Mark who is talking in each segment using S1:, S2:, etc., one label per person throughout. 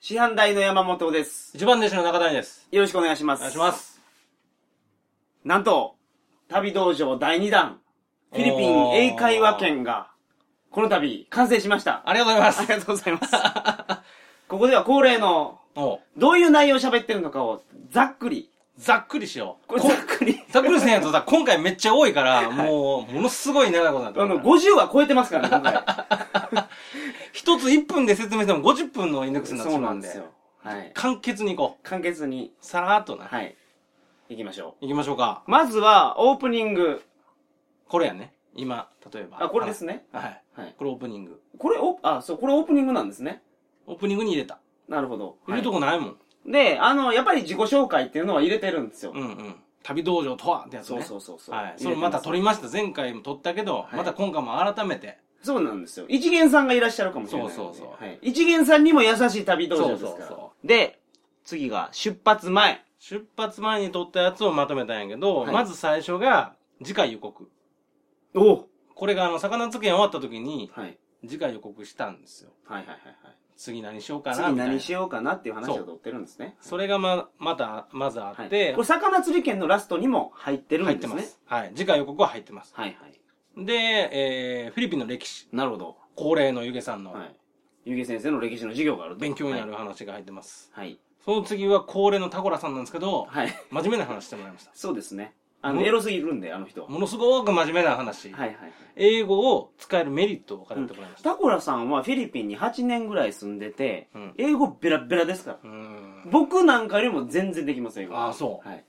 S1: 師範代の山本です。
S2: 一番弟子の中谷です。
S1: よろしくお願いしま
S2: お
S1: す。
S2: 願いします。
S1: なんと、旅道場第2弾、フィリピン
S2: おー
S1: 英会話圏が、この度、完成しました。
S2: ありがとうございま
S1: あり
S2: す。
S1: がとうございます。 ここでは恒例の、
S2: おう
S1: どういう内容を喋ってるのかを、ざっくり。
S2: ざっくりしよう。
S1: これざっくり。
S2: ざっくりせんやとさ、今回めっちゃ多いから、もう、ものすごい長いことになっ
S1: あ
S2: てるか
S1: の、
S2: ら。
S1: 50は超えてますからね、今回。
S2: 一つ1分で説明しても50分のインデックスになっ て
S1: そ
S2: し
S1: う
S2: ま
S1: な
S2: うんんで。
S1: ですよ。はい。
S2: 簡潔にいこ
S1: 簡潔に、
S2: う。さらっとな。
S1: はい。行きましょ
S2: いきましょうか。
S1: う。まずは、オープニング。
S2: これやね。今、例えば。
S1: あ、これですね。
S2: はい。
S1: はい。
S2: これオープニング。
S1: これ、お、あ、そう、これオープニングなんですね。
S2: オープニングに入れた。
S1: なるほど。
S2: 入れると
S1: は
S2: こないもん。
S1: いで、あの、やっぱり自己紹介っていうのは入れてるんですよ。
S2: うんうん。旅道場とはってやつ
S1: そう
S2: ね。
S1: そううそうそう。
S2: はい。それまた撮
S1: り。
S2: りました。前回も撮ったけど、
S1: い
S2: また今回も改めて。
S1: そうなんですよ。一元さんがいらっしゃるかもしれないので。
S2: そうそうそう
S1: はい。一元さんにも優しい旅道場ですから。
S2: そうそうそ
S1: で、次が出発前。
S2: 出発前に撮ったやつをまとめたんやけど、
S1: はい
S2: まず最初が次回予告。
S1: おう
S2: これがあの、魚付け終わった時に
S1: はい。
S2: 次回予告したんですよ。
S1: はいはいはい
S2: 次何しようか
S1: はい。
S2: な
S1: 次
S2: みたいな。
S1: 何しようかなっていう話を取ってるんですね。
S2: それがま、また、まずあ
S1: はい。
S2: って、
S1: これ、魚釣り券のラストにも入ってる
S2: 入っ
S1: んで
S2: て
S1: す
S2: ま
S1: ね。
S2: す。はい。次回予告は入ってます。
S1: はいはい。
S2: で、えー、フィリピンの歴史。
S1: なるほど。
S2: 恒例のゆげさんの
S1: はい。ゆげ先生の歴史の授業があると
S2: 勉強になる。話が入ってます。
S1: はい。
S2: その次は恒例のタコラさんなんですけど、
S1: はい。はい
S2: 真面目な話してもらいました。
S1: そうですね。あの、
S2: も
S1: エロすぎるんで、あの人は。は
S2: ものすごく真面目な話。
S1: いはいはい。
S2: 英語を使えるメリットを語ってもらいました。
S1: タコラさんはフィリピンに8年ぐらい住んでて、
S2: うん
S1: 英語ベラベラですから。
S2: うん
S1: 僕なんかよりも全然できますよ、英語。
S2: ああ、そう。
S1: はい。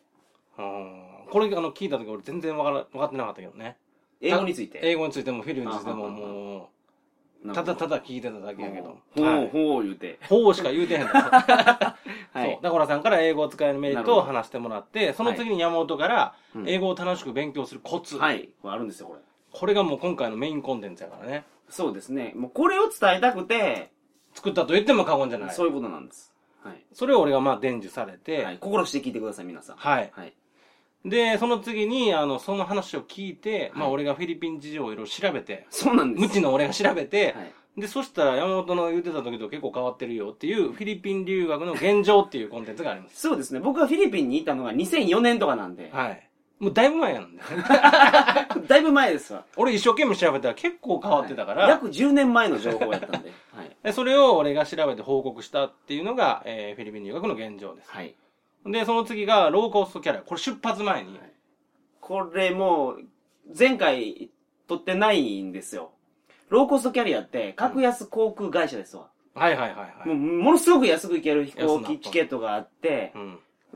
S2: うんこれあの聞いた時俺全然わから分かってなかったけどね
S1: 英語について。
S2: 英語についてもフィリピンについても
S1: あはは
S2: もう
S1: なん
S2: た
S1: か
S2: だただ聞いてただけやけど
S1: ほう、
S2: はい
S1: ほう言うて。
S2: ほうしか言 うてへんの
S1: は
S2: そ。
S1: いう
S2: ダコラさんから英語を使えるメリットを話してもらってそ
S1: ほど
S2: の次に山本から
S1: うん
S2: 英語を楽しく勉強するコツ、
S1: はい。これあるんですよ、これ。
S2: これがもう今回のメインコンテンツやからね
S1: そうですね。もうこれを伝えたくて、
S2: 作ったと言っても過言じゃない
S1: そ
S2: そう
S1: いうことなんです。はい。
S2: れを俺がまあ伝授されて
S1: はい。心して聞いてください、皆さん。
S2: はい
S1: はい。
S2: でその次にあのその話を聞いて、まあ俺がフィリピン事情をいろいろ調べて
S1: そうなんです。
S2: 無知の俺が調べて、
S1: はい。
S2: で、そしたら山本の言ってた時と結構変わってるよっていう、フィリピン留学の現状っていうコンテンツがあります。
S1: そうですね。僕はフィリピンにいたのが2004年とかなんで、
S2: はい。もうだいぶ前なんだよね。
S1: だいぶ前ですわ。
S2: 俺一生懸命調べたら結構変わってたから、
S1: はい約10年前の情報やったんで。はい。
S2: でそれを俺が調べて報告したっていうのが、えーフィリピン留学の現状です。
S1: はい。
S2: で、その次がローコストキャリア。これ出発前に、
S1: はいこれもう、前回取ってないんですよ。ローコストキャリアって格安航空会社ですわ。
S2: はいはいはいはい。
S1: もう、ものすごく安く行ける飛行
S2: 安な
S1: 機チケットがあって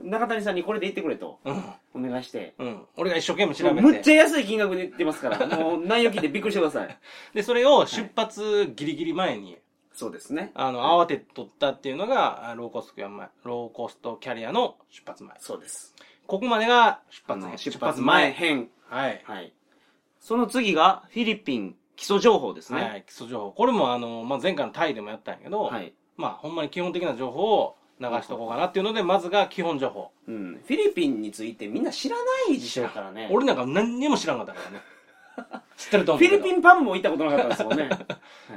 S2: う、ん。
S1: 中谷さんにこれで行ってくれと、
S2: うん。
S1: お願いして。
S2: うん。俺が一生懸命調
S1: もう
S2: べて。
S1: むっちゃ安い金額で行ってますから、もう内容聞いてびっくりしてください。
S2: で、それを出発ギリギリ前に、
S1: そうですね。
S2: あの、慌てて取ったっていうのが、あローコストキャリア前、ローコストキャリアの出発前。
S1: そうです。
S2: ここまでが出
S1: あ
S2: 発
S1: の
S2: 前。
S1: 出発前
S2: 出
S1: 編。
S2: 発前。はい。
S1: はい。その次が、フィリピン基礎情報です
S2: は
S1: ね。
S2: い、基礎情報。これもあの、まあ、前回のタイでもやったんやけど、
S1: はい。
S2: まあ、ほんまに基本的な情報を流しとこうかなっていうので、まずが基本情報。
S1: うん。フィリピンについてみんな知らないでしょうからね。
S2: 俺なんか何にも知らんかったからね。知ってると思
S1: フ
S2: う
S1: ィ
S2: け
S1: リ
S2: ど。
S1: ピ
S2: ン
S1: ンパブも行ったことなかったですも んね。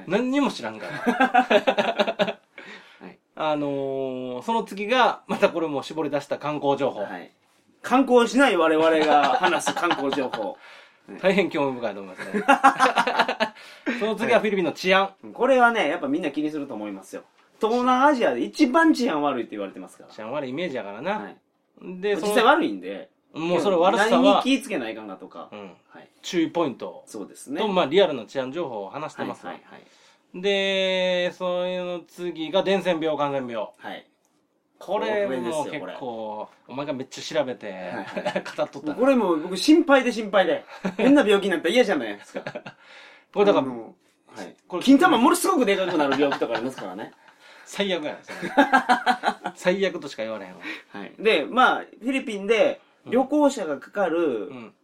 S2: 何にも知らんから。
S1: はい
S2: あのー、その次が、またこれも絞り出した観光情報。
S1: はい。観光しない我々が話す観光情報。
S2: 大変興味深いと思います ね。その次はフィリピンの治安。
S1: これはね、やっぱみんな気にすると思いますよ。東南アジアで一番治安悪いって言われてますか
S2: 治安悪いイメージやから
S1: ら。
S2: な。
S1: はい。実
S2: で、そ
S1: 際
S2: の、
S1: 悪いんで。
S2: もうそれ悪さ
S1: 何に
S2: は、
S1: 気ぃつけないかんなとか。
S2: うん、
S1: はい。
S2: 注意ポイント
S1: そうですね。
S2: と、まあ、リアルな治安情報を話して
S1: はいは
S2: ま
S1: い
S2: すわ。
S1: はい。
S2: で、それの次が伝染病、感染病。
S1: はい。
S2: これも
S1: これ
S2: 結
S1: ですよ
S2: 構、お前がめっちゃ調べて、語っとったな。
S1: これもう僕心配で心配で。変な病気になったら嫌じゃないですか。
S2: これだから
S1: あ、のはい。
S2: これ
S1: 金玉ものすごくでかくなる病気とかありますからね。
S2: 最悪やな。それ最悪としか言われへんわ。
S1: はい。で、まあ、フィリピンで旅行者がかかる
S2: うん。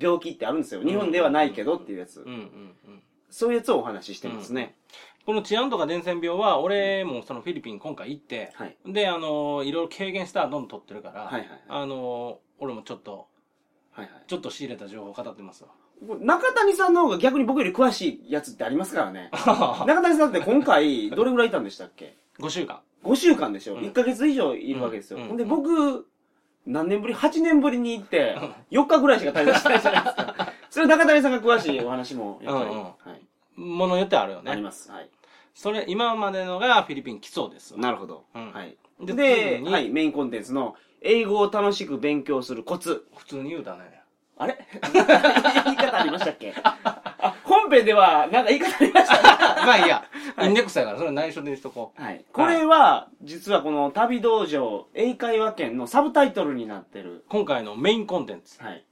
S1: 病気ってあるんですよ。日本ではないけどっていうやつ
S2: うんう。んうん。
S1: そういうやつをお話ししてますね。
S2: この治安とか伝染病は、俺もそのフィリピン今回行って、
S1: はい。
S2: で、あの、いろいろ軽減したらどんどん取ってるから、
S1: はいはいはい
S2: あの、俺もちょっと、
S1: はいはい。
S2: ちょっと仕入れた情報を語ってますわ。
S1: これ中谷さんの方が逆に僕より 詳しいやつってありますからね。中谷さんって今回、どれぐらいいたんでしたっけ
S2: 5週間。
S1: 5週間でしょ、
S2: うん
S1: 1ヶ月以上いるわけですよ。
S2: うん
S1: ほんで、僕、何年ぶり ?8 年ぶりに行って、4日ぐらいしか滞在してないじゃないです か。それ中谷さんが詳しいお話も、やっぱり、
S2: うんうん
S1: はい、
S2: ものによってあるよ
S1: あり
S2: ね。
S1: ます。はい。
S2: それ、今までのがフィリピン基礎です。
S1: なるほど。
S2: うん
S1: はい。
S2: で
S1: で
S2: 次に
S1: はい、メインコンテンツの、英語を楽しく勉強するコツ。
S2: 普通に言うたね。
S1: あれ言い方ありましたっけあ、本編では、なんか言い方ありま したね。
S2: まあいいや、インデックスやから、それ内緒でしとこう。
S1: はい。これは、実はこの旅道場、英会話圏のサブタイトルになってる。
S2: 今回のメインコンテンツ。
S1: はい。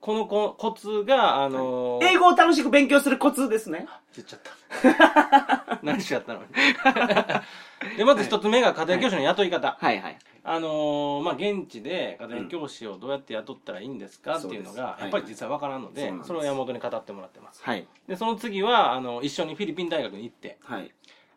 S2: このココツが、あのー
S1: 英語を楽しく勉強するコツですね。
S2: 言っちゃった。 何しちゃったのに。で、まず一つ目が家庭教師の雇い方。
S1: はいはい。
S2: あのーまあ、現地で家庭教師をどうやって雇ったらいいんですか、
S1: うん
S2: っていうの
S1: そうで
S2: が
S1: す、
S2: やっぱり実はわからんので、
S1: はいはい
S2: それを山本に語ってもらってます。
S1: はい。
S2: で、その次は、あの、一緒にフィリピン大学に行って、
S1: はい。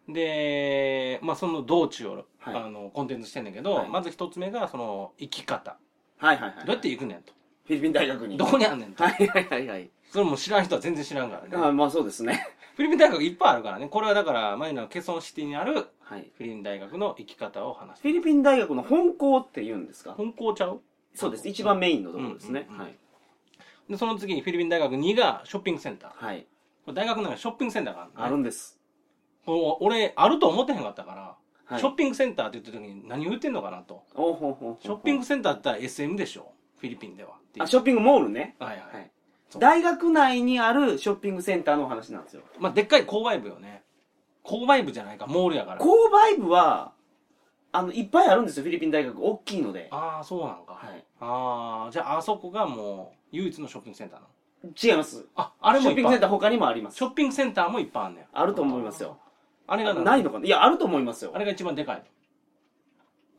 S2: で、まあ、その道中を、
S1: はい
S2: あの、コンテンツしてんだけど、
S1: はい
S2: まず一つ目が、その、生き方。
S1: はいはいはい。
S2: どうやって行くねんと。
S1: フィリピン大学に。
S2: どこにあんねんと。
S1: はいはいはいはい。
S2: それも知らん人は全然知らんからね。
S1: あまあそうですね。
S2: フィリピン大学いっぱいあるからね。これはだから、マニラのケソンシティにある
S1: はい。
S2: フィリピン大学の生き方を話す
S1: フ。ィリピン大学の本校って言うんですか
S2: 本校ちゃう
S1: そうです。一番メインのところですね。
S2: うんうんうん
S1: はい。
S2: で、その次にフィリピン大学2がショッピングセンター。
S1: はい。
S2: これ大学の中にショッピングセンターがあるのね
S1: あるんです。
S2: こう俺、あると思ってへんかったから、
S1: はい。
S2: ショッピングセンターって言った時に何を言ってんのかなと。
S1: おほほほ
S2: ショッピングセンターって言ったら SM でしょフィリピンではっていう。
S1: あ、ショッピングモールね。
S2: はいは。
S1: はいい
S2: そ。う
S1: 大学内にあるショッピングセンターのお話なんですよ。
S2: まあ、でっかい購買部よね。購買部じゃないか、モールやから。
S1: 購買部は、あの、いっぱいあるんですよ。フィリピン大学。大きいので。
S2: ああ、そうなんか。
S1: はい。
S2: ああ、じゃああそこがもう唯一のショッピングセンターなの。
S1: 違います。
S2: あ、あれ
S1: シ
S2: も
S1: ョッ
S2: い
S1: ピ
S2: っ
S1: ング
S2: ぱ
S1: セ
S2: い
S1: ンター他にもあります。
S2: ショッピングセンターもいっぱいあんねん。
S1: あると思いますよ。
S2: あれが。
S1: ないいのかないや、あると思いますよ
S2: あ。れが一番でかい。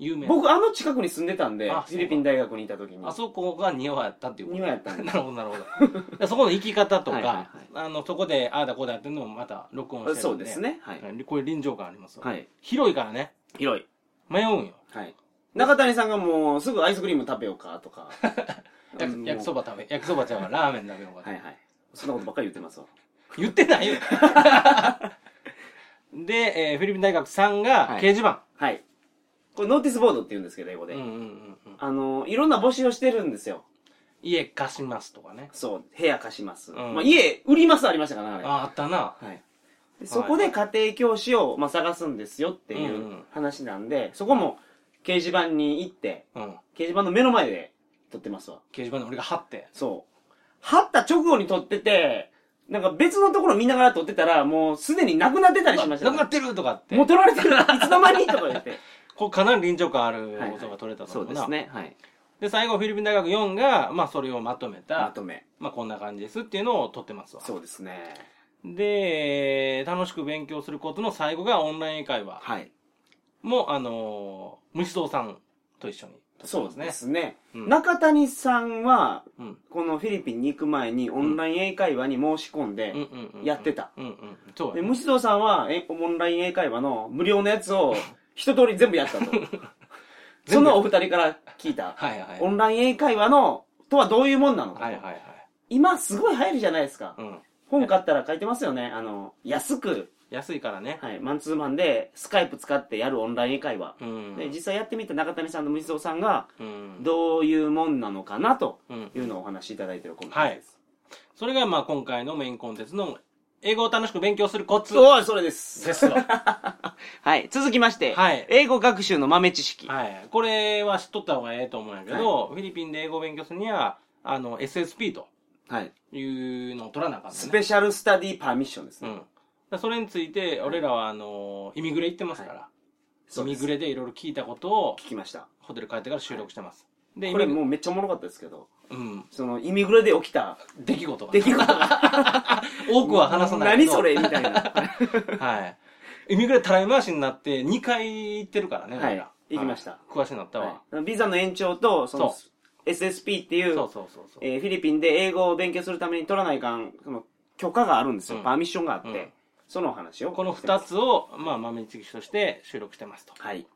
S2: 有名。
S1: 僕、あの近くに住んでたんで、フ
S2: あ
S1: ィリピン大学にいた時に。
S2: あそこが庭やったっていうこと
S1: 庭やったんで
S2: なるほど、なるほど。だからそこの行き方とか、
S1: はいはいはい
S2: あの、そこで、ああだこうだやってるのもまた録音してるんで。
S1: そうですね。は。
S2: はいい。こういう臨場感ありますよ
S1: はい。
S2: 広いからね、
S1: 広い。
S2: 迷うんよ。。
S1: はい。中谷さんがもう、すぐアイスクリーム食べようかとか
S2: 焼き焼きそ
S1: ば。
S2: ば食べ、焼きそばちゃうわ、ラーメン食べようかと
S1: はいはい。そんなことばっかり言ってますわ。
S2: 言ってな いよ。で、えーフィリピン大学3が
S1: はい
S2: 掲示板。
S1: はい。これ、ノーティスボードって言うんですけど、英語で。
S2: うんうんうんうん。
S1: あの、いろんな募集をしてるんですよ。
S2: 家貸しますとかね。
S1: そう、部屋貸します。
S2: うん
S1: まあ、家、売りますありましたからね、あれ。
S2: ああったな。
S1: はい。でそこで家庭教師を、まあ、探すんですよってい
S2: んう
S1: うん話なんで、そこも掲示板に行って、
S2: うん。
S1: 掲示板の目の前で撮ってますわ。
S2: 掲示板に俺が貼って。
S1: そう。貼った直後に撮ってて、なんか別のところ見ながら撮ってたら、もうすでになくなってたりしました
S2: な
S1: ね、
S2: くなってるとかって。
S1: もう撮られてる。いつの間にとか言 って。
S2: これかなり臨場感ある
S1: はいはい
S2: 音が取れたと
S1: そ
S2: 思
S1: う
S2: う
S1: で
S2: な。
S1: すね。はい。
S2: で、最後、フィリピン大学4が、まあ、それをまとめた、
S1: まとめ。
S2: まあ、こんな感じですっていうのを取ってますわ。
S1: そうですね。
S2: で、えー楽しく勉強することの最後がオンライン英会話
S1: はい。
S2: も、あのー、虫蔵さんと一緒に
S1: そう
S2: ね
S1: ですね。
S2: うん
S1: 中谷さんは、
S2: うん。
S1: このフィリピンに行く前にオンライン英会話に申し込んで、
S2: うんうんうん。
S1: やってた。
S2: うんうん。そう
S1: で、
S2: やね。
S1: 虫蔵さんは、え、オンライン英会話の無料のやつ を、一通り全部やったと。そのお二人から聞いた。
S2: はいはい。
S1: オンライン英会話の、とはどういうもんなのかと。
S2: はいはいはい。
S1: 今、すごい流行るじゃないですか。
S2: うん。
S1: 本買ったら書いてますよね。あの、安く、
S2: 安いからね。
S1: はい、マンツーマンで、スカイプ使ってやるオンライン英会話。
S2: うん。
S1: で、実際やってみた中谷さんの虫蔵さんが、
S2: うん。
S1: どういうもんなのかな、と
S2: うん。
S1: いうのをお話しいただいてるコンテンツです。
S2: それが、まあ、今回のメインコンテンツの、英語を楽しく勉強するコツ
S1: そう、それです。
S2: です わ。
S1: はい、続きまして、
S2: はい
S1: 英語学習の豆知識。
S2: はい。これは知っとった方がええと思うんやけど、フィリピンで英語を勉強するには、あの、SSP と
S1: はい。
S2: いうのを取らなあかっ
S1: ス
S2: ね。
S1: ペシャルスタディパーミッションです
S2: う
S1: ね。
S2: ん。だからそれについて、俺らは、あの、イミグレ行ってますから、
S1: そう
S2: イ
S1: で
S2: ミ
S1: す
S2: グレでいろいろ聞いたことを、
S1: 聞きました。
S2: ホテル帰ってから収録してます。で、
S1: これ
S2: イミ
S1: もうめっちゃおもろかったですけど、
S2: グうん。
S1: その、イミグレで起きた
S2: 出来事がね、
S1: 出来事 が。
S2: 多くは話さない
S1: 何
S2: けど。
S1: それみたいな。
S2: はい。イミグレたらい回しになって、2回行ってるからね、
S1: はい
S2: 俺ら
S1: 行きました
S2: 詳しくなったわ。
S1: はいビザの延長と、その
S2: そ、
S1: SSP っていう
S2: そうそうそうそう。
S1: えーフィリピンで英語を勉強するために取らないかん、その、許可があるんですよ。
S2: うん
S1: パーミッションがあって、
S2: うん
S1: そのお話を。
S2: この二。つを、まあ、豆知識として収録してますと。
S1: はい。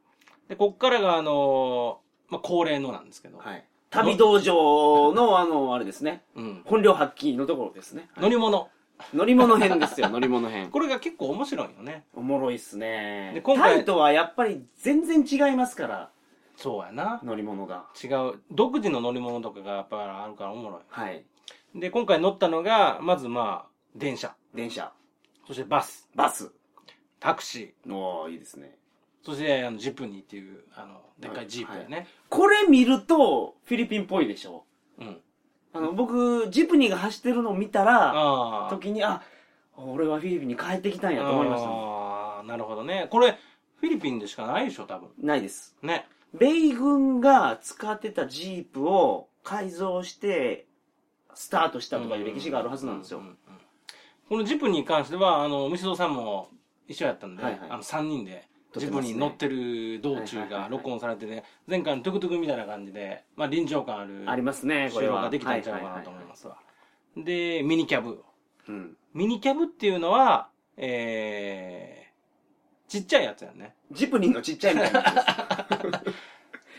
S2: で、こっからが、あのーまあ、恒例のなんですけど、
S1: はい。旅道場の、あの、あれですね。
S2: うん。
S1: 本領発揮のところですね。
S2: 乗り物。
S1: 乗り物編です よ、乗り物編。
S2: これが結構面白いよね。
S1: おもろいっすね。
S2: で今回
S1: タイとはやっぱり全然違いますから、
S2: そうやな。
S1: 乗り物が。
S2: 違う。独自の乗り物とかがやっぱあるからおもろ
S1: はい。
S2: い。で、今回乗ったのが、まずまあ、電車。
S1: 電車、
S2: そしてバス。
S1: バス。
S2: タクシー。
S1: おー、いいですね。
S2: そして、あの、ジップニーっていう、あの、でっかいジープやね。
S1: これ見ると、フィリピンっぽいでしょ。
S2: うん。
S1: あの、僕、ジプニーが走ってるのを見たら、
S2: ああ。
S1: 時に、あ、俺はフィリピンに帰ってきたんやと思いましたもん。
S2: ああ、なるほどね。これ、フィリピンでしかないでしょ、多分。
S1: ないです。
S2: ね。
S1: 米軍が使ってたジープを改造して、スタートしたとかいう歴史があるはずなんですよ
S2: う。うんこのジプニーに関しては、あの、虫蔵さんも一緒やったんで、
S1: はいはい
S2: あの、3人で、
S1: 撮っ
S2: ジ
S1: て
S2: プ
S1: ますね
S2: ニーに乗ってる道
S1: は
S2: 中
S1: いはいはいは
S2: が
S1: い
S2: 録音されてね、前回のトゥクトゥクみたいな感じで、まあ、臨場感ある
S1: ありますね、こ
S2: 収
S1: れ
S2: 録
S1: は。。
S2: ができたんちゃうかなと思いますすわ。で、ミニキャブ。
S1: うん。
S2: ミニキャブっていうのは、えー、ちっちゃいやつやんね。
S1: ジプニーのちっちゃい みたいなやつです。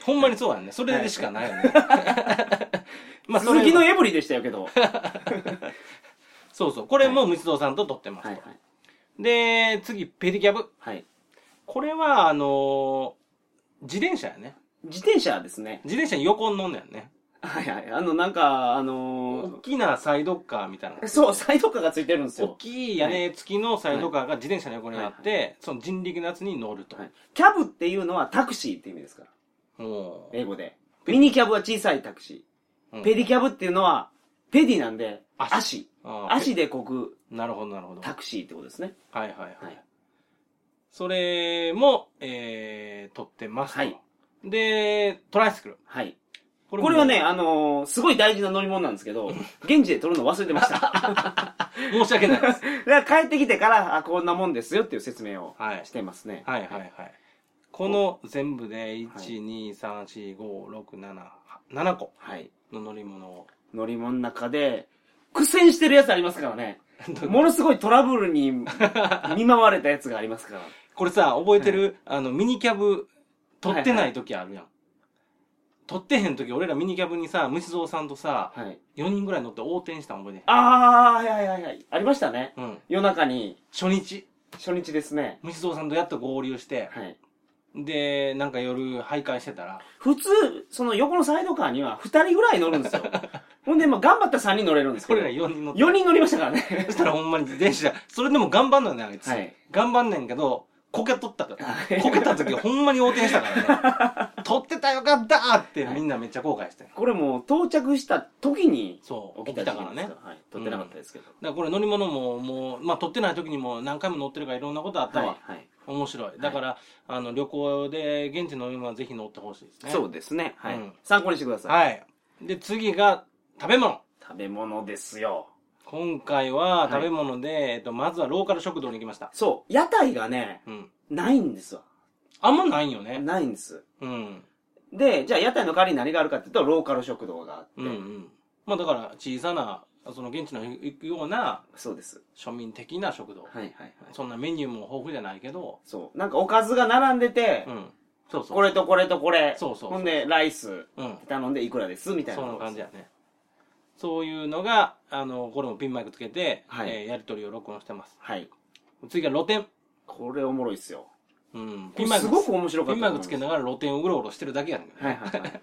S2: ほんまにそうやんね。それでしかないよ ね。まあ、そ
S1: 鈴木
S2: れ
S1: の
S2: の、
S1: エブリでしたよけど。はい
S2: そうそう。これも虫蔵さんと撮ってますと。
S1: はい。
S2: で、次、ペディキャブ。
S1: はい。
S2: これは、あのー自転車やね。
S1: 自転車ですね。
S2: 自転車に横に乗んねんね。
S1: はいはい。あの、なんか、あ
S2: 大
S1: の
S2: きなサイドカーみたいな
S1: ー、。そう、サイドカーがついてるんです
S2: 大
S1: よ。
S2: きい屋根付きのサイドカーが自転車の横にあって、その人力のやつに乗ると。
S1: はいキャブっていうのはタクシーって意味ですから。
S2: も
S1: 英語で。ミニキャブは小さいタクシ
S2: う、
S1: ー。ペディ
S2: キ
S1: キャブっていうのは、ペディなんで、
S2: 足
S1: 足。
S2: ャ
S1: 足でこぐ
S2: なるほど、なるほど。は
S1: タクシーってことですね。
S2: いはいはい。
S1: はい
S2: それも、えー、撮ってますと。
S1: はい
S2: で、トライスクル。
S1: はい。
S2: こも
S1: これはね、、あのー、すごい大事な乗り物なんです けど、現地で撮るの忘れてました。だか
S2: 申し訳な いです。
S1: ら帰ってきてから、あ、こんなもんですよっていう説明を
S2: はい
S1: してますね。
S2: はいはいはい。この全部で、1、2、3、4、5、6、7、7個
S1: はい。
S2: の乗り物を。
S1: 乗り物の中で、苦戦してるやつありますからね。ものすごいトラブル に見舞われたやつがありますから。
S2: これさ、覚えてる、あの、ミニキャブ、撮ってない時あるやん。撮ってへん時、俺らミニキャブにさ、虫蔵さんとさ、
S1: はい。
S2: 4人ぐらい乗って横転したの覚えて
S1: あー、はいはいはいはい。ありましたね。
S2: へん。うん。
S1: 夜中に、
S2: 初日、
S1: 初日ですね。
S2: 虫蔵さんとやっと合流して、
S1: はい。
S2: で、なんか夜、徘徊してたら、
S1: 普通、その横のサイドカーには2人ぐらい乗るん ですよ。ほんで、まあ頑張ったら3人乗れるんですけ
S2: こ
S1: ど。
S2: れら
S1: 4
S2: 4人乗って。
S1: 人乗りましたから
S2: そ
S1: ね。
S2: したらほんまに自転車、それでも頑張んのよね、あいつ。
S1: はい
S2: 頑張んねんけど、こけとったか
S1: は
S2: ら。
S1: い
S2: こけた時ほんまに横転したからね。 取ってたよかったーってみんなめっちゃ後悔してる。
S1: これもう到着した時に
S2: そう、
S1: 起
S2: 起
S1: きた
S2: きた
S1: 事
S2: か
S1: 件で
S2: ら
S1: す
S2: ね。
S1: から。はい。撮ってなかったですけど。
S2: だからこれ乗り物ももう、まあ撮ってない時にも何回も乗ってるからいろんなことあった
S1: は
S2: わ。
S1: い。はい。
S2: 面白い。だから、あの、旅行で現地の乗り物はぜひ乗ってほしいですね。
S1: そうですね。はい、
S2: うん
S1: 参考にしてください。
S2: はい。で、次が食べ物。
S1: 食べ物ですよ。
S2: 今回は食べ物で、えっと、まずはローカル食堂に行きました。
S1: そう。屋台がね、
S2: うん。
S1: ないんですわ。
S2: あんまないよね。
S1: ないんです。
S2: うん。
S1: で、じゃあ屋台の代わりに何があるかっていうと、ローカル食堂があって。
S2: うんうん。まあだから、小さな、その現地の行くような
S1: そうです。
S2: 庶民的な食堂。
S1: はいはいはい。
S2: そんなメニューも豊富じゃないけど、
S1: そう。なんかおかずが並んでて、
S2: うん。そうそう。
S1: これとこれとこれ。
S2: そうそうそう
S1: ほんで、ライス
S2: うん。
S1: 頼んでいくらですみたいな。
S2: そんな感じやね。そういうのが、あの、これもピンマイクつけて、
S1: はい
S2: えーやり取りを録音してます。
S1: はい。
S2: 次が露店。
S1: これおもろいっすよ。
S2: うん。
S1: これすごく面白か
S2: ピ
S1: ったと思い
S2: ンマイク
S1: ます。
S2: つけながら露店をうろうろしてるだけやねんけどね。
S1: はいはいはい。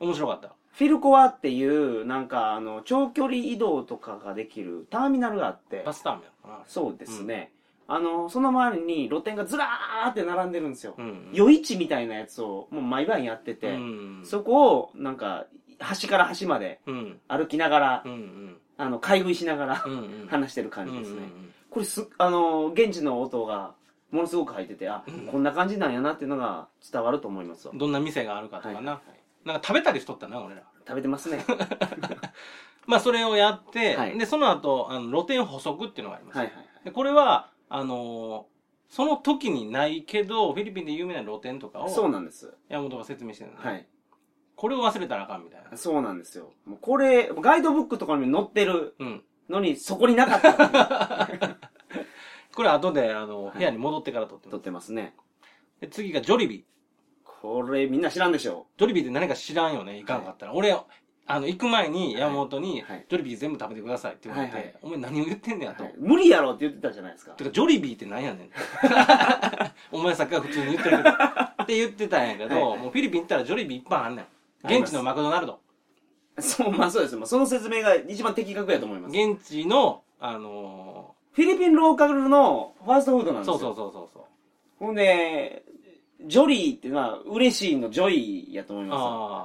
S2: 面白かった。
S1: フィルコアっていう、なんか、あの、長距離移動とかができるターミナルがあって
S2: バ、スターミナルかな。
S1: そうですね。あの、その周りに露店がずらーって並んでるんですよ。
S2: うんうん。
S1: 夜市みたいなやつを、もう毎晩やってて、
S2: うん。
S1: そこを、なんか、端から端まで
S2: うん。
S1: 歩きながら、
S2: うんうん。
S1: あの、買い食いしながら
S2: う、んうん。
S1: 話してる感
S2: う
S1: じ
S2: んうん
S1: ですね。
S2: うん。
S1: これす、あの、現地の音が、ものすごく入ってて、あ、こんな感じなんやなっていうのが伝わると思いますわ。
S2: どんな店があるかとかな。
S1: はい
S2: なんか食べたりしとったな、俺ら。
S1: 食べてます ね。はい
S2: まあ、それをやって、
S1: はい
S2: で、その後、あの露店補足っていうのがあります。
S1: はいはい。
S2: でこれは、あのーその時にないけど、フィリピンで有名な露店とか
S1: そう
S2: を、
S1: なんです。
S2: 山本が説明してるのね、
S1: はい。
S2: これを忘れたらあかんみたいな。
S1: そうなんですよ。もうこれ、ガイドブックとかにも載ってる
S2: うん。
S1: のに、そこになかったの に
S2: これ後で、あの、
S1: はい
S2: 部屋に戻ってから撮ってま
S1: 撮
S2: す。
S1: ってますね。
S2: で、次がジョリビー。
S1: これみんな知らんでしょ
S2: ジョリビーって何か知らんよね、いかんかったら。俺、あの、行く前に山本に
S1: はいはい、
S2: ジョリビー全部食べてくださいって言われ
S1: はいはい
S2: て、お前何を言ってんねやと。
S1: はい無理やろって言ってたじゃないです か
S2: てか、ジョリビーってなんやね ん。お前さっきから普通に言ってるけど。って言ってたんやけ
S1: はいは
S2: ど、
S1: い
S2: もうフィリピン行ったらジョリビーいっぱいあんね
S1: あり
S2: ん。
S1: ま
S2: 現
S1: す
S2: 地のマクドナルド。
S1: そうまあそうですよまあその説明が一番的確やと思います
S2: 現地の、あの
S1: フィリピンローカルのファーストフードなんで
S2: ー、
S1: すよ
S2: そうそうそうそうそう。
S1: ほんでジョリーっていうのは嬉しいのジョイやと思いま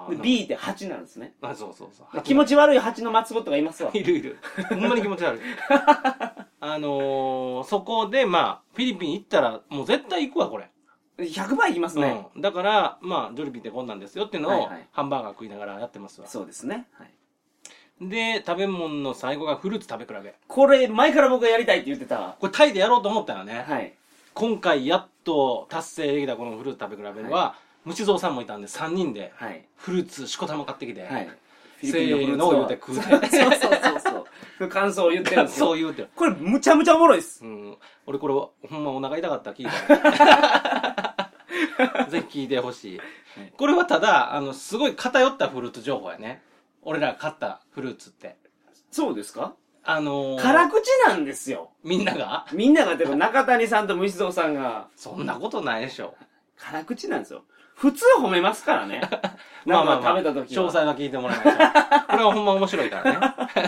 S2: あ
S1: す
S2: ー
S1: よで B って8なんですね
S2: あ、そうそうそう。
S1: 気持ち悪い蜂の松本がいますわ
S2: いるいる。ほんまに気 持ち悪い。あのー、そこで、まあ、フィリピン行ったら、もう絶対行くわ、これ。
S1: 100倍いますね、
S2: うん。だから、まあ、ジョリビーってこんなんですよっていうのを、
S1: はいはい
S2: ハンバーガー食いながらやってますわ。
S1: そうですね、はい、
S2: で、食べ物の最後がフルーツ食べ比べ。
S1: これ前から僕がやりたいって言ってた
S2: これタイでやろうと思ったよね。
S1: はい
S2: 今回やっと達成できたこのフルーツ食べ比べは、虫蔵さんもいたんで3人で
S1: はい
S2: フルーツしこたま買ってきて、
S1: はい
S2: せーの言うて食う
S1: そう
S2: て
S1: そうそうそうそう感想を言ってるんですよ
S2: そう言うて、
S1: これむちゃむちゃおもろいっす
S2: うん、俺これほんまお腹痛かった ら聞いたらぜひ聞いてほしい、
S1: い
S2: これはただあのすごい偏ったフルーツ情報やね俺らが買ったフルーツって
S1: そうですか
S2: あのー
S1: 辛口なんですよ
S2: みんなが
S1: みんながでも中谷さんと虫蔵さんが
S2: そんなことないでしょ
S1: 辛口なんですよ普通褒めますからねなんか食べた時は
S2: 詳細は聞いてもらい ましょうこれはほんま面白いから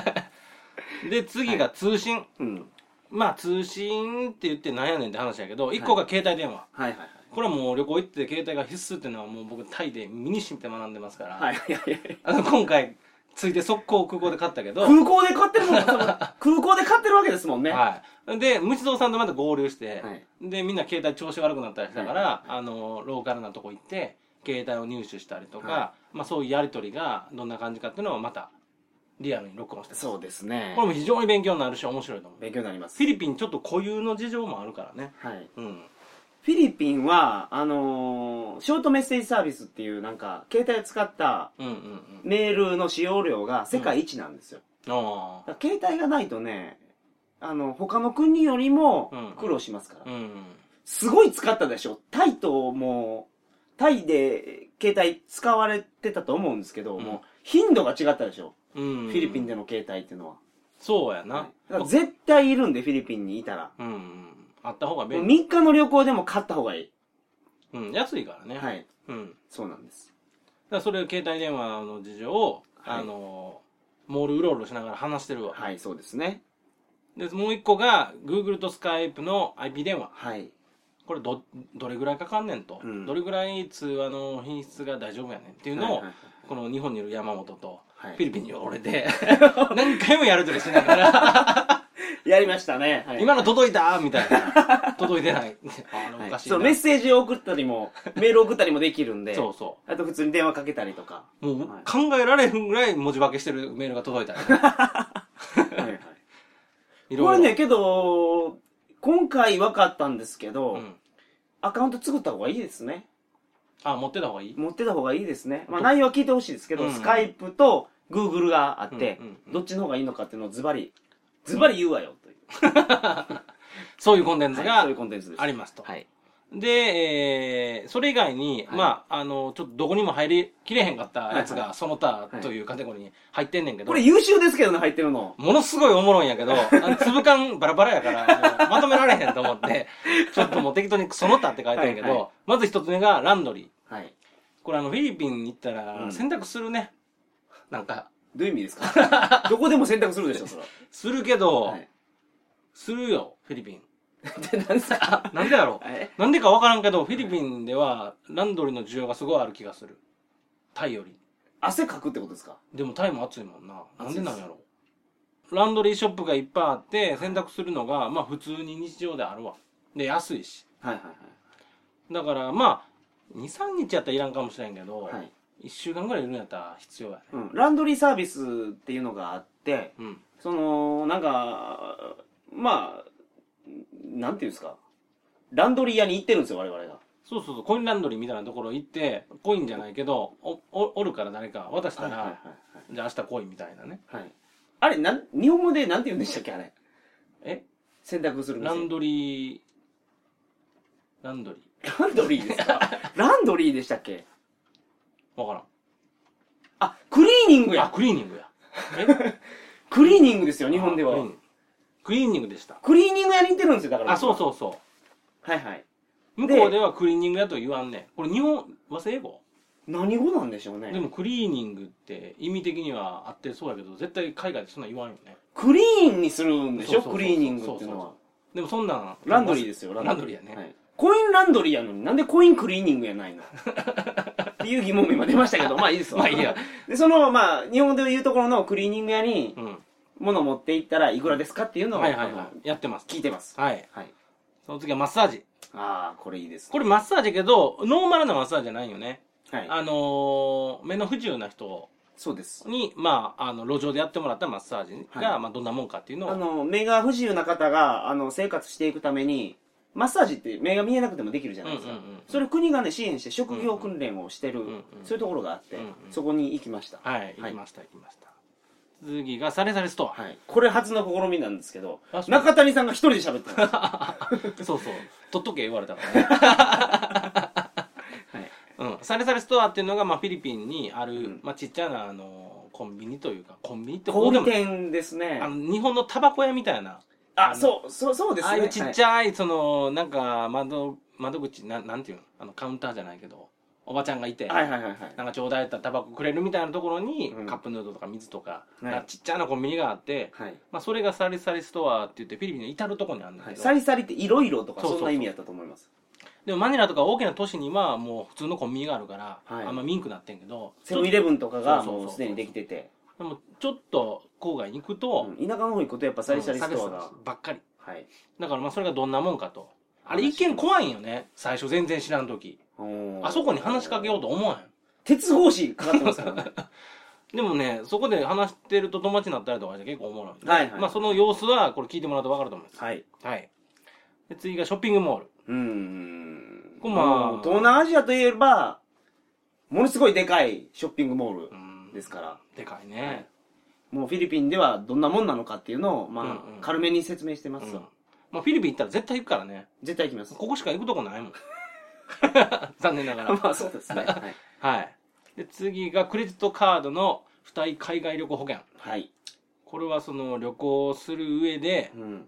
S2: ねで次が通信、
S1: うん
S2: まあ通信って言ってなんやねんって話やけど一個が携帯電話、
S1: はいはい
S2: これはもう旅行行って携帯が必須っていうのはもう僕タイで身に染みて学んでますから、
S1: はいはいはいやいや
S2: あの今回ついて速攻空港で買ったけど、
S1: 空港で買ってるもんその空港で買ってるわけですもんね
S2: はい、で無地蔵さんとまた合流して、
S1: はい
S2: でみんな携帯調子悪くなったりしたから、
S1: は
S2: あのローカルなとこ行って携帯を入手したりとか、
S1: は
S2: まあ、そういうやり取りがどんな感じかっていうのをまたリアルに録音してます
S1: そうですね
S2: これも非常に勉強になるし面白いと思う
S1: 勉強になります
S2: フィリピンちょっと固有の事情もあるからね
S1: はい
S2: うん
S1: フィリピンは、あのーショートメッセージサービスっていう、なんか、携帯を使った
S2: うんうんうん
S1: メールの使用量が世界一なんですよ。
S2: ああ
S1: だから携帯がないとね、あの、他の国よりも
S2: うん
S1: 苦労しますから。
S2: うんうん
S1: すごい使ったでしょタイともう、タイで携帯使われてたと思うんですけど、
S2: うん
S1: もう、頻度が違ったでしょ、
S2: うん
S1: フィリピンで
S2: も
S1: の携帯っていうのは。
S2: そうやな、
S1: はいだから絶対いるんで、フィリピンにいたら。
S2: うんうんあった方が
S1: もう
S2: 便利、
S1: 3日の旅行でも買った方がいい。
S2: うん、安いからね、
S1: はいい。
S2: うん、だか
S1: そうなんです。
S2: らそれ携帯電話の事情を、
S1: はい
S2: あのモールうろうろしながら話してるわ、
S1: はい、そうですね。
S2: でもう一個が Google と Skype の IP 電話
S1: はい。
S2: これどどれぐらいかかんねんと、
S1: うん
S2: どれぐらい通話の品質が大丈夫やねんっていうのを、
S1: はいはい
S2: この日本にいる山本と、
S1: はい
S2: フィリピンにいる俺で 何回もやり取りしながら
S1: やりましたね。はい
S2: 今の届いたみたいな届いてないあ
S1: は
S2: れ
S1: い
S2: おかしい
S1: そ
S2: な、
S1: う、メッセージを送ったり も、メールを送ったりもできるんで、
S2: そうそ
S1: あと普通に電話かけたりとか。
S2: うもう
S1: はい
S2: 考えられへんぐらい文字化けしてるメールが届いたよね
S1: こ
S2: いろ
S1: れ
S2: いろ
S1: ね、けど、今回分かったんですけど、
S2: うん、
S1: アカウント作った方がいいですね。
S2: あ持ってた方がいい
S1: 持ってた方がいいですね。まあ内容は聞いてほしいですけど、
S2: うん
S1: スカイプとグーグルがあって、
S2: うんうんうん
S1: どっちの方がいいのかっていうのをズバリ、ズバリ言うわよ、という。
S2: そういうコンテンツ
S1: はい
S2: が
S1: そういうコンテンツです。
S2: ありますと、
S1: はい。
S2: で、えーそれ以外に、
S1: はい
S2: まああのちょっとどこにも入りきれへんかったやつ
S1: はい
S2: がその他というカテゴリーに入ってんねんけど、
S1: これ優秀ですけどね、入ってるの。
S2: ものすごいおもろいんや けど、あの粒感バラバラやから、もうまとめられへんと 思って、ちょっともう適当にその他って書いてんやけど、
S1: はいは
S2: まず一つ目がランドリー。
S1: はい。
S2: これあの、フィリピンに行った
S1: う
S2: ら
S1: ん
S2: 洗濯するね。なんか、
S1: どういう意味ですか どこでも選択するでしょ、 それは。
S2: するけど、
S1: はい。
S2: するよ、フィリピン。
S1: で、なんですか
S2: なんでやろ
S1: え
S2: なんでかわからんけど、フィリピンではランドリーの需要がすごいある気がする。タイより。
S1: 汗かくってことですか
S2: でもタイも暑いもんな。なんでなんや
S1: 暑
S2: ろランドリーショップがいっぱいあって、洗濯するのが、まあ普通に日常であるわ。で、安いし。
S1: はいはいは
S2: だからまあ23日やったらいらんかもしれんけど、
S1: い。はい。
S2: 1週間ぐらいいるんやったら必要やね
S1: うん。ランドリーサービスっていうのがあって、
S2: うん
S1: その、なんか、まあ、なんていうんですか。ランドリー屋に行ってるんですよ、我々が。
S2: そうそうそうコインランドリーみたいなところ行ってコインじゃないけどおおおるから誰か渡したら、じゃあ明日コインみたいなね
S1: い。はい。あれ、なん、日本語でなんて言うんでしたっけ、あれ。
S2: え
S1: 選択する店
S2: ランドリーランドリ
S1: ランド リーですかランドリーでしたっけ
S2: ーわからん
S1: あ、クリーーニング
S2: あ、
S1: や。
S2: クリーニングや。
S1: クリーニングですよ、日本で
S2: あクリー
S1: は
S2: ニン。グクリーニングでした。
S1: クリーニング屋に似てるんですよ、だから。。
S2: あ、そうそうそう
S1: はいはい。
S2: う。向こうではクリーニングやと言わんね。これ日本、和製英語
S1: 何語なんでしょう
S2: で
S1: ね。
S2: もクリーニングって意味的には合ってそうやけど、絶対海外でそんなん言わんよね。
S1: クリーンにするんでし
S2: そう
S1: ょ、
S2: そうそう
S1: クリーニングっていうの
S2: そ
S1: は
S2: う。でもそんなん。
S1: ランドリーですよ、
S2: ランドリーやね。
S1: はいコインランドリーやのになんでコインクリーニングや ないのっていう疑問も今出ましたけど、まあいいですわ
S2: まあいい や。
S1: で、その、まあ、日本でいうところのクリーニング屋に
S2: うん。
S1: 物を持って行ったらいくらですかっていうのを、
S2: はいはい
S1: あの
S2: はい。やってます。
S1: 聞いてます。
S2: はい。
S1: はい。
S2: その次はマッサージ。
S1: ああ、これいいです。
S2: これマッサージやけど、ノーマルなマッサージじゃないよね。
S1: はい。
S2: あのー目の不自由な人
S1: そうです。
S2: に、まあ、あの、路上でやってもらったマッサージが、
S1: はい
S2: まあ、どんなもんかっていうのを。
S1: あの、目が不自由な方が、あの、生活していくために、マッサージって目が見えなくてもできるじゃないですか。
S2: うんうんうん
S1: それ国がね、支援して職業訓練をしてる、
S2: んうん
S1: そういうところがあって、
S2: うんうん
S1: そこに行きました。
S2: はい、行
S1: はい
S2: きました、行きました。次が、サレサレストア。
S1: はい。これ初の試みなんですけど
S2: あ、そう
S1: 中谷さんが一人で喋って ます。
S2: そうそう。取っとけ言われたか らね。
S1: はい。
S2: うん。サレサレストアっていうのが、まあ、フィリピンにある、
S1: うん
S2: まあ、ちっちゃな、あの、コンビニというか、コンビニって
S1: 小
S2: で
S1: 売
S2: も、
S1: 店ですね
S2: あ。の、日本のタバコ屋みたいな、
S1: あ、そう、そう、そうです
S2: あ
S1: ね。
S2: あいうちっちゃい、その、なんか、窓、窓口、なん、なんていうのあの、カウンターじゃないけど、おばちゃんがいて、
S1: はいはいはいはい。
S2: なんかちょうだいやったらタバコくれるみたいなところに、
S1: うん
S2: カップヌードルとか水とか、
S1: はい
S2: なんかちっちゃなコンビニがあって、
S1: はい。
S2: まあ、それがサリサリストアって言ってフィリピンの至るところにあるんだ
S1: は
S2: け
S1: い、
S2: ど、
S1: サリサリっていろいろとか
S2: そうそう
S1: そな
S2: そうん
S1: 意味やったと思います。
S2: でもマニラとか大きな都市にはもう普通のコンビニがあるから、
S1: はい
S2: あんまミンクなってんけど
S1: セブンイレブンとかが
S2: そうそうそう
S1: もうすでにできてて、
S2: でもちょっと郊外に行くと、
S1: うん田舎の方行くとやっぱサリサリストア
S2: サ
S1: が
S2: リサリばっかり
S1: はい。
S2: だからまあそれがどんなもんかとあれ一見怖いんよね最初全然知らん時あそこに話しかけよう
S1: う。
S2: と思わ
S1: 鉄格子かかってます からね。
S2: へんでもねそこで話してると友達になったりとかじゃ結構おもろいんで、
S1: はいはい
S2: まあ、その様子はこれ聞いてもらうと分かると思うんです
S1: はい。
S2: はいで次がショッピングモール
S1: うーん。
S2: これまあ
S1: もう東南アジアといえば、ものすごいでかいショッピングモー
S2: う
S1: ル
S2: ん
S1: ですから、
S2: でかいね、
S1: もうフィリピンではどんなもんなのかっていうのを、ま
S2: うんうん
S1: あ、軽めに説明してま
S2: うん
S1: すわ。
S2: まあ、フィリピン行ったら絶対行くからね
S1: 絶対行きます。
S2: ここしか行くとこないもん 残念ながら
S1: まあそう ですね。はい。
S2: はい。で、次がクレジットカードの付帯海外旅行保険。
S1: はい。
S2: これはその旅行する上で
S1: うん。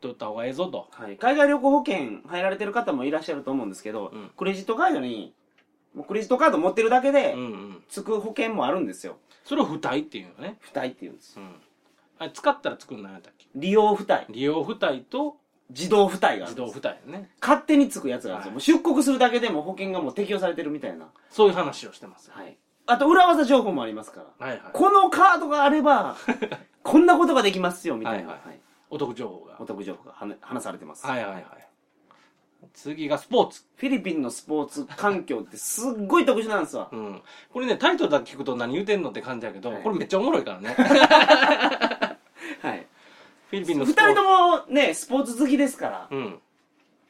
S2: 取った方がええぞと。
S1: はい。海外旅行保険入られてる方もいらっしゃると思うんですけど、
S2: うん
S1: クレジットカードに、もうクレジットカード持ってるだけで
S2: うん、うん。
S1: つく保険もあるんですよ。
S2: それを付帯っていうのね。
S1: 付帯っていうんです
S2: う。ん。あれ使ったら作るの何やったっけ
S1: 利用付帯。
S2: 利用付帯と
S1: 自動付帯があるん
S2: 自
S1: で
S2: 動
S1: す。
S2: 付帯ね。
S1: 勝手につくやつがあるんです
S2: は
S1: よ。
S2: い
S1: もう出国するだけでも保険がもう適用されてるみたいな。
S2: そういう話をしてます。
S1: はい。あと、裏技情報もありますから。
S2: はいはい。
S1: このカードがあれ ば、こんなことができますよ、みたいな。
S2: はいはいお得情報が。
S1: お得情報がはね話されてます。
S2: はいはいはい。次がスポーツ。
S1: フィリピンのスポーツ環境ってすっごい特殊なんですわ。
S2: うん。これね、タイトルだけ聞くと何言うてんのって感じやけど、
S1: はい
S2: これめっちゃおもろいか らね。
S1: はい。
S2: フィリピンの
S1: 二
S2: スポー
S1: 人
S2: ツ。
S1: ともね、スポーツ好きですから。
S2: うん。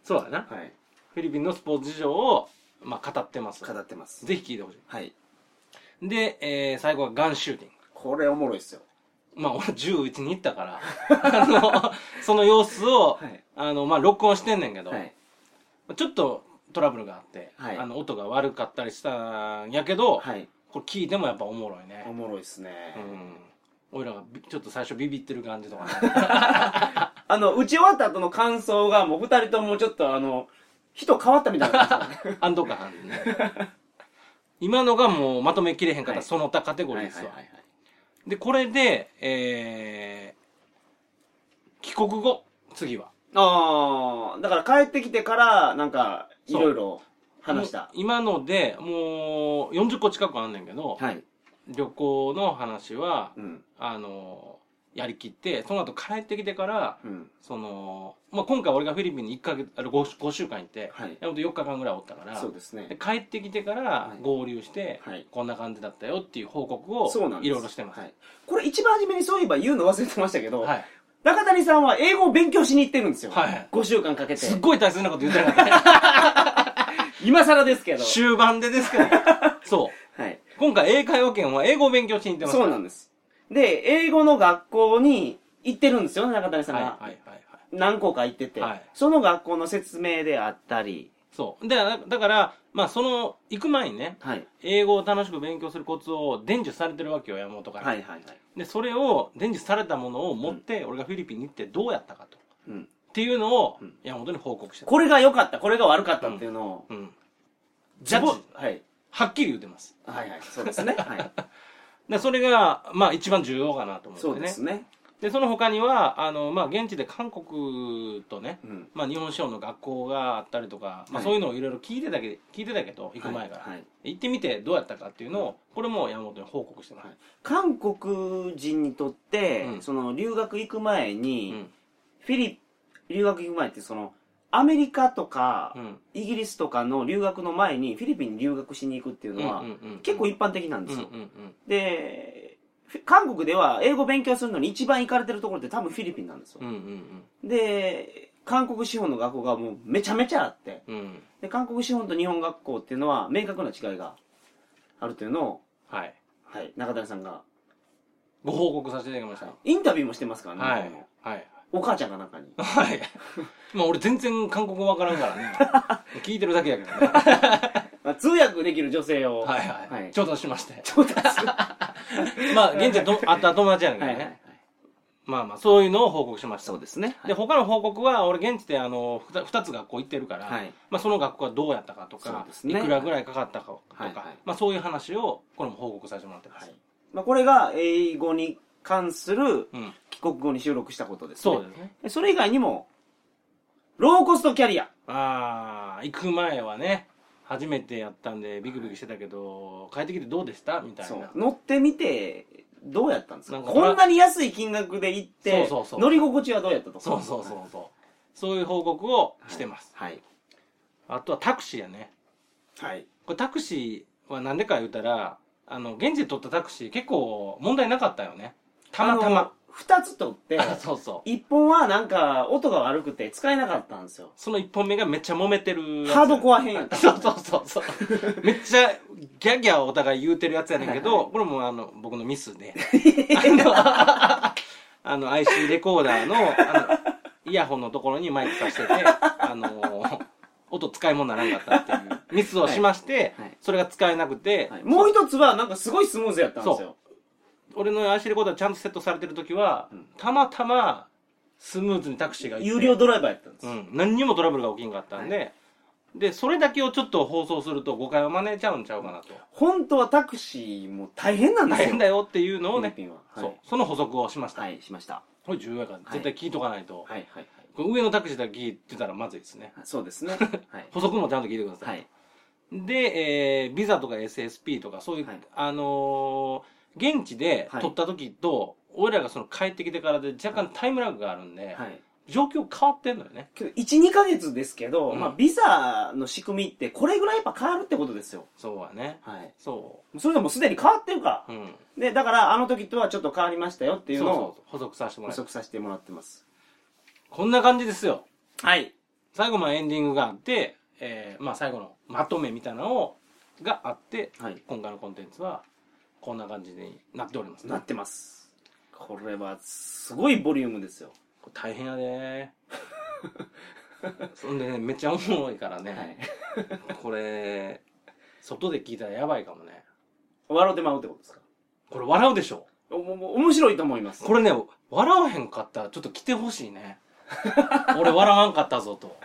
S2: そうだな。
S1: はい。
S2: フィリピンのスポーツ事情を、まあ、語ってます。
S1: 語ってます。
S2: ぜひ聞いてほし
S1: はい。
S2: い。で、えー、最後はガンシューティン
S1: これおもろいっすよ。
S2: グ。まあ、俺銃撃ちに行ったか ら、あの、その様子を、
S1: はい
S2: あの、まあ、録音してんねんけど、
S1: はい。
S2: ちょっとトラブルがあって、
S1: はい
S2: あの、音が悪かったりしたんやけど、
S1: はい。
S2: これ聞いてもやっぱおもろいね
S1: お。もろいっす
S2: う
S1: ね。
S2: ん。俺らがびちょっと最初ビビってる感じとかね。
S1: あの、打ち終わった後の感想がもう二人ともちょっとあの、人変わったみたいな 感じですね
S2: 安堵感あるね。 今のがもうまとめきれへんかった、
S1: はい
S2: その他カテゴリーですわ。で、これで、えー、帰国後、次は。
S1: あー、だから帰ってきてから、なんか、いろいろ話した
S2: もう。今ので、もう、40個近くあんねんけど、
S1: はい。
S2: 旅行の話は
S1: う、ん。
S2: あの、やりきって、その後帰ってきてから、
S1: うん。
S2: その、まあ、今回俺がフィリピンに1ヶ月、あの 5, 週間行って、
S1: はい
S2: やほんと4日間ぐらいおったから
S1: そう、です
S2: で
S1: ね。
S2: 帰ってきてから
S1: はい
S2: 合流して、
S1: はい
S2: こんな感じだったよっていう報告を、
S1: そうなんです。
S2: いろいろしてます。
S1: は
S2: はい。
S1: い。これ一番初めにそういえば言うの忘れてましたけど、中谷さんは英語を勉強しに行ってるんですよ。
S2: はい
S1: 5週間かけて
S2: す。っごい大切なこと言ってなかった。
S1: 今更です けど。
S2: 終盤でですけど。そう。
S1: はい。
S2: 今回英会話圏は英語を勉強しに行ってます
S1: そうなんです。で、英語の学校に行ってるんですよね、中谷さん
S2: は
S1: が。
S2: いはいはいはい
S1: 何校か行ってて、
S2: はい
S1: その学校の説明であったり、
S2: そうでだだからまあその、行く前にね、
S1: はい。
S2: 英語を楽しく勉強するコツを伝授されてるわけよ、山本から。
S1: はいはいはい。
S2: で、それを伝授されたものを持って、俺がフィリピンに行ってどうやったかと。
S1: うん。
S2: っていうのを
S1: うん、
S2: 山本に報告してた。
S1: これが良かった、これが悪かったっていうのを、
S2: うん。
S1: ジャッ
S2: 自
S1: ジ。はい。
S2: はっきり言ってます。
S1: はいはい。そうですね。はい。
S2: で、それが、まあ一番重要かなと思
S1: そ
S2: っ
S1: う
S2: て
S1: で
S2: ね。
S1: すね。
S2: で、その他には、あの、まあ現地で韓国とね、
S1: うん。
S2: まあ、日本資本の学校があったりとか、
S1: は
S2: まあ、
S1: い
S2: そういうのをいろいろ聞いてたけ聞いてたけど行く前から、
S1: はいはい
S2: 行ってみてどうやったかっていうのをこれも山本に報告してます、
S1: 韓国人にとって、
S2: うん
S1: その留学行く前に、
S2: うん
S1: フィリ留学行く前ってそのアメリカとか、
S2: うん
S1: イギリスとかの留学の前にフィリピンに留学しに行くっていうのは、結構
S2: いい
S1: 一般的なん
S2: ん
S1: ですよ、
S2: うんうん
S1: でフィ韓国では英語勉強するのに一番行かれてるところって多分フィリピンなんですよ
S2: う、んうん
S1: で韓国資本の学校がもうめちゃめちゃあって
S2: うんうん
S1: で韓国資本と日本学校っていうのは明確な違いがあるというのを、
S2: はい
S1: はい、中谷さんが
S2: ご報告させていただきました
S1: インタビューもしてますからね、
S2: はいはい
S1: お母ちゃんが中に
S2: はい まあ俺全然韓国語わからんから ね聞いてるだけやけどねは
S1: まあ通訳できる女性を、
S2: いはい、
S1: はい
S2: 調達しまして
S1: 調達するは
S2: まあ現地でと会った友達やねん
S1: い
S2: け
S1: は
S2: ど
S1: い
S2: ね、
S1: はい
S2: まあまあそういうのを報告しました
S1: そうですね
S2: で他の報告は俺現地であの 2, つ学校行ってるから、
S1: はい
S2: まあ、その学校はどうやったかとか
S1: そう、ですね
S2: いくらぐらいかかったかとか、
S1: はいはい
S2: まあ、そういう話をこれも報告させてもらってます、
S1: はいまあ、これが英語に関する
S2: うん、
S1: 帰国後に収録したことですね
S2: そうですね
S1: でそれ以外にもローコストキャリア
S2: ああ行く前はね初めてやったんでビクビクしてたけど帰ってきてどうでしたみたいな
S1: そう乗ってみてどうやったんですか
S2: なんか
S1: こんなに安い金額で行って
S2: そうそうそう
S1: 乗り心地はどうやったとか
S2: そうそうそうそうそういう報告をしてます、
S1: はい
S2: あとはタクシーやね
S1: はい
S2: これタクシーは何でか言うたらあの現地で取ったタクシー結構問題なかったよねたまたま
S1: 2つ取って
S2: あ そうそう
S1: 1本はなんか音が悪くて使えなかったんですよ
S2: その一本目がめっちゃ揉めてるやつ
S1: ハードコア編やった
S2: そうそうそうそう。めっちゃギャギャお互い言うてるやつやねんけ
S1: はい
S2: ど、これもあの、僕のミ スで。あの、あの IC レコーダーの、あの、イヤホンのところにマイクさしてて、あの、音使い物にならんかったっていうミスをしまして、
S1: はいはい
S2: それが使えなくて、
S1: はいもう一つはなんかすごいスムーズやったんですよ
S2: 俺の IC レコーダーちゃんとセットされてる時は、
S1: うん
S2: たまたまスムーズにタクシーが行って
S1: 有料ドライバーやったんです
S2: う
S1: よ、
S2: ん、何にもトラブルが起きんかったんで、で、それだけをちょっと放送すると誤解を招いちゃうんちゃうかなと。
S1: 本当はタクシーも大変なんです
S2: 大
S1: よ
S2: 変だよっていうのを
S1: フィリ
S2: ね、
S1: ピンは、はい、
S2: そう、その補足をしました。
S1: はいしました
S2: これ重要やから、絶対聞いとかないと。
S1: はいはい
S2: これ上のタクシーだけ聞いてたらまずいですね。
S1: はいそうです ねはい
S2: 補足もちゃんと聞いてくださ。
S1: はいい
S2: で、えー、ビザとか SSP とかそういう、
S1: はい
S2: あのー現地で取った時と、俺らがその帰ってきてからで若干タイムラグがあるんで、
S1: はい
S2: 状況変わってんのよね。
S1: けど12ヶ月ですけど、
S2: うん
S1: まあ、ビザの仕組みってこれぐらいやっぱ変わるってことですよ
S2: そうはね。
S1: はい
S2: そ
S1: それでもうすでに変わってるから
S2: う。うん。
S1: でだからあの時とはちょっと変わりましたよっていうの
S2: そう
S1: を
S2: そうそう補足させて
S1: 補
S2: もらいます
S1: 足させてもらってます
S2: こんな感じですよ。
S1: はい
S2: 最後まあエンディングがあって、えーまあ最後のまとめみたいなのを、があって、
S1: はい
S2: 今回のコンテンツは、こんな感じになっております、
S1: なってますこれはすごいボリュームですよ
S2: これ大変 やでそんでね、めっちゃおもろいからね、
S1: はい
S2: これ、外で聞いたらやばいかもね。
S1: 笑うてまうってことですか
S2: これ笑うでしょ
S1: おもも面白いと思います
S2: これね、笑わへんかったらちょっと来てほしい ね。俺笑わんかったぞと。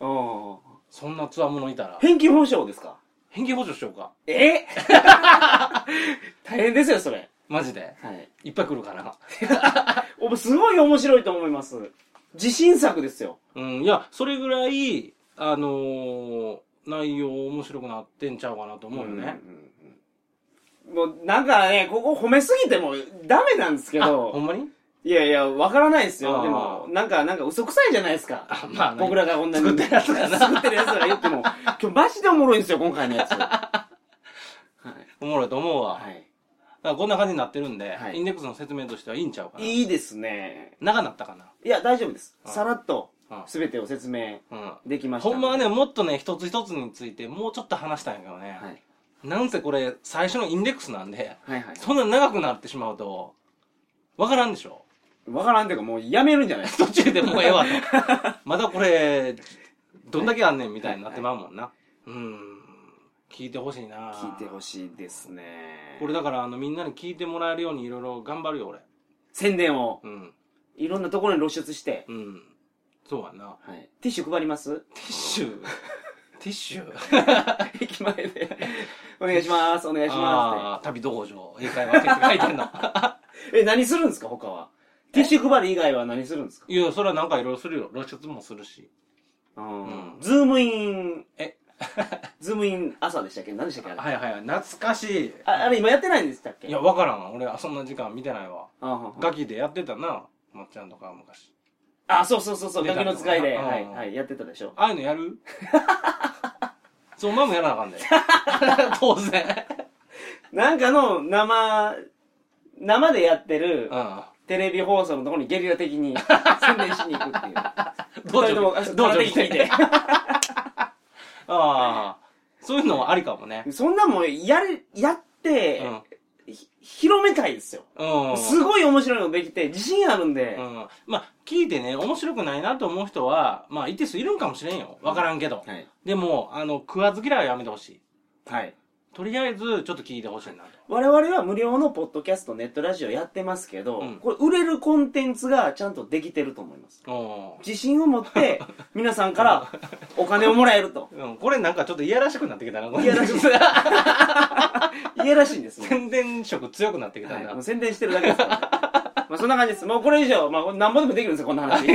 S1: うん
S2: そんなつわものいたら。
S1: 返金保証ですか
S2: 返金補助しようか。
S1: え大変ですよ、それ。
S2: マジで。
S1: はい。
S2: いっぱい来るかな。
S1: おすごい面白いと思います。自信作ですよ。
S2: うん、いや、それぐらい、あのー内容面白くなってんちゃうかなと思うよね。
S1: うんうんうん。もう、なんかね、ここ褒めすぎてもダメなんですけ
S2: あ、ほ
S1: ど、
S2: んまに
S1: いやいや、わからないです
S2: あ
S1: よ。
S2: ー
S1: でも、なんか、なんか嘘くさいじゃないですか。
S2: あ、まあ、
S1: 僕らがこんなに。
S2: 作ってるやつがな
S1: 作ってるやつが言っても、今日マジでおもろいんですよ、今回の やつ。はい
S2: おもろいと思うわ。だ
S1: はい。
S2: からこんな感じになってるんで、
S1: はい
S2: インデックスの説明としてはいいんちゃうかな。
S1: いいですね。
S2: 長なったかな。
S1: いや、大丈夫です。
S2: あ
S1: さらっと
S2: あ、
S1: すべてを説明
S2: うん。
S1: できました。
S2: ほんまはね、もっとね、一つ一つについて、もうちょっと話したいんやけどね。
S1: はい。
S2: なんせこれ、最初のインデックスなんで、
S1: はいはい。
S2: そんな長くなってしまうと、わからんでしょ
S1: わからんていうか、もうやめるんじゃないですか。
S2: 途中でもうええ わと。まだこれ、どんだけあんねんみたいになってまうもんな。うん。聞いてほしいな
S1: 聞いてほしいですね。
S2: これだからあのみんなに聞いてもらえるようにいろいろ頑張るよ俺
S1: 宣伝を、
S2: うん
S1: いろんなところに露出して、
S2: うんそうやな
S1: はい、ティッシュ配り ます
S2: ティッシ ュティッシュ
S1: 駅前で。お願いします、お願いしま
S2: あー旅道場英会話って書いてんの
S1: すって。え、何するんですか、他は。ティッシュ配り以外は何するんですか
S2: いやそれはなんかいろいろするよ露出もするしん
S1: ズームイン、
S2: え
S1: ズームイン朝でしたっけ何でしたっけあれ。
S2: はいはいはい懐かしい
S1: ああれ今やってないんでしたっけ
S2: いや、わからん俺そんな時間見てないわ
S1: あはは
S2: ガキでやってたなまっちゃんとかは昔
S1: あ、そうそうそうそう、
S2: 出
S1: ガ
S2: た
S1: キの使いで、
S2: うん
S1: はい、はい、やってたでしょ。
S2: ああいうのやる そうお前もやらなあかん で当然
S1: なんかの生、生でやってる
S2: う
S1: テレビ放送のところにゲリラ的に宣伝しに行くっていう。
S2: ん 道
S1: 二人ともあ
S2: 場道場来
S1: 空手着
S2: てああそういうのはありかも ね
S1: そんなもん、やれ、やって、
S2: うん
S1: ひ広めたいですよ。
S2: うん
S1: すごい面白いのできて、自信あるんで
S2: う。ん、まあ聞いてね面白くないなと思う人はまあ一定数いるんかもしれんよわからんけど、
S1: はい。
S2: でもあの食わず嫌いはやめてほしい
S1: はい。
S2: とりあえずちょっと聞いてほしいなと
S1: 我々は無料のポッドキャスト、ネットラジオやってますけど、
S2: うん
S1: これ売れるコンテンツがちゃんとできてると思います。
S2: お
S1: 自信を持 って、皆さんからお金をもらえると。
S2: ーうん、これなんかちょっといやらしくなってきたな、これ
S1: いやらしいいやらしいんですね。
S2: 宣伝色強くなってきた
S1: はい、
S2: な。
S1: もう宣伝してるだけですから、ね、まあそんな感じです。もうこれ以上、まあ何本でもできるんですよ、こんな 話。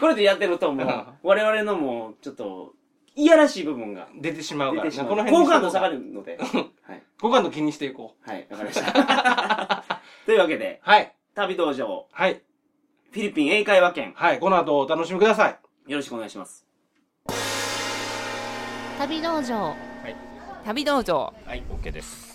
S1: これでやってるとも
S2: うん
S1: う、我々のもう、ちょっと、いやらしい部分が
S2: 出てしまう
S1: 出
S2: から
S1: て
S2: な
S1: しまう。
S2: この辺
S1: 好
S2: にしとこうか
S1: 感度下がるので。はい。
S2: 好感度気にしていこ
S1: はい、わかりました。 というわけで、
S2: う。はい。
S1: 旅道場、
S2: はい。
S1: フィリピン英会話圏、
S2: はい。この後お楽しみください。
S1: よろしくお願いします。
S3: 旅道場、
S4: い
S3: 旅道場
S4: はい、OK です。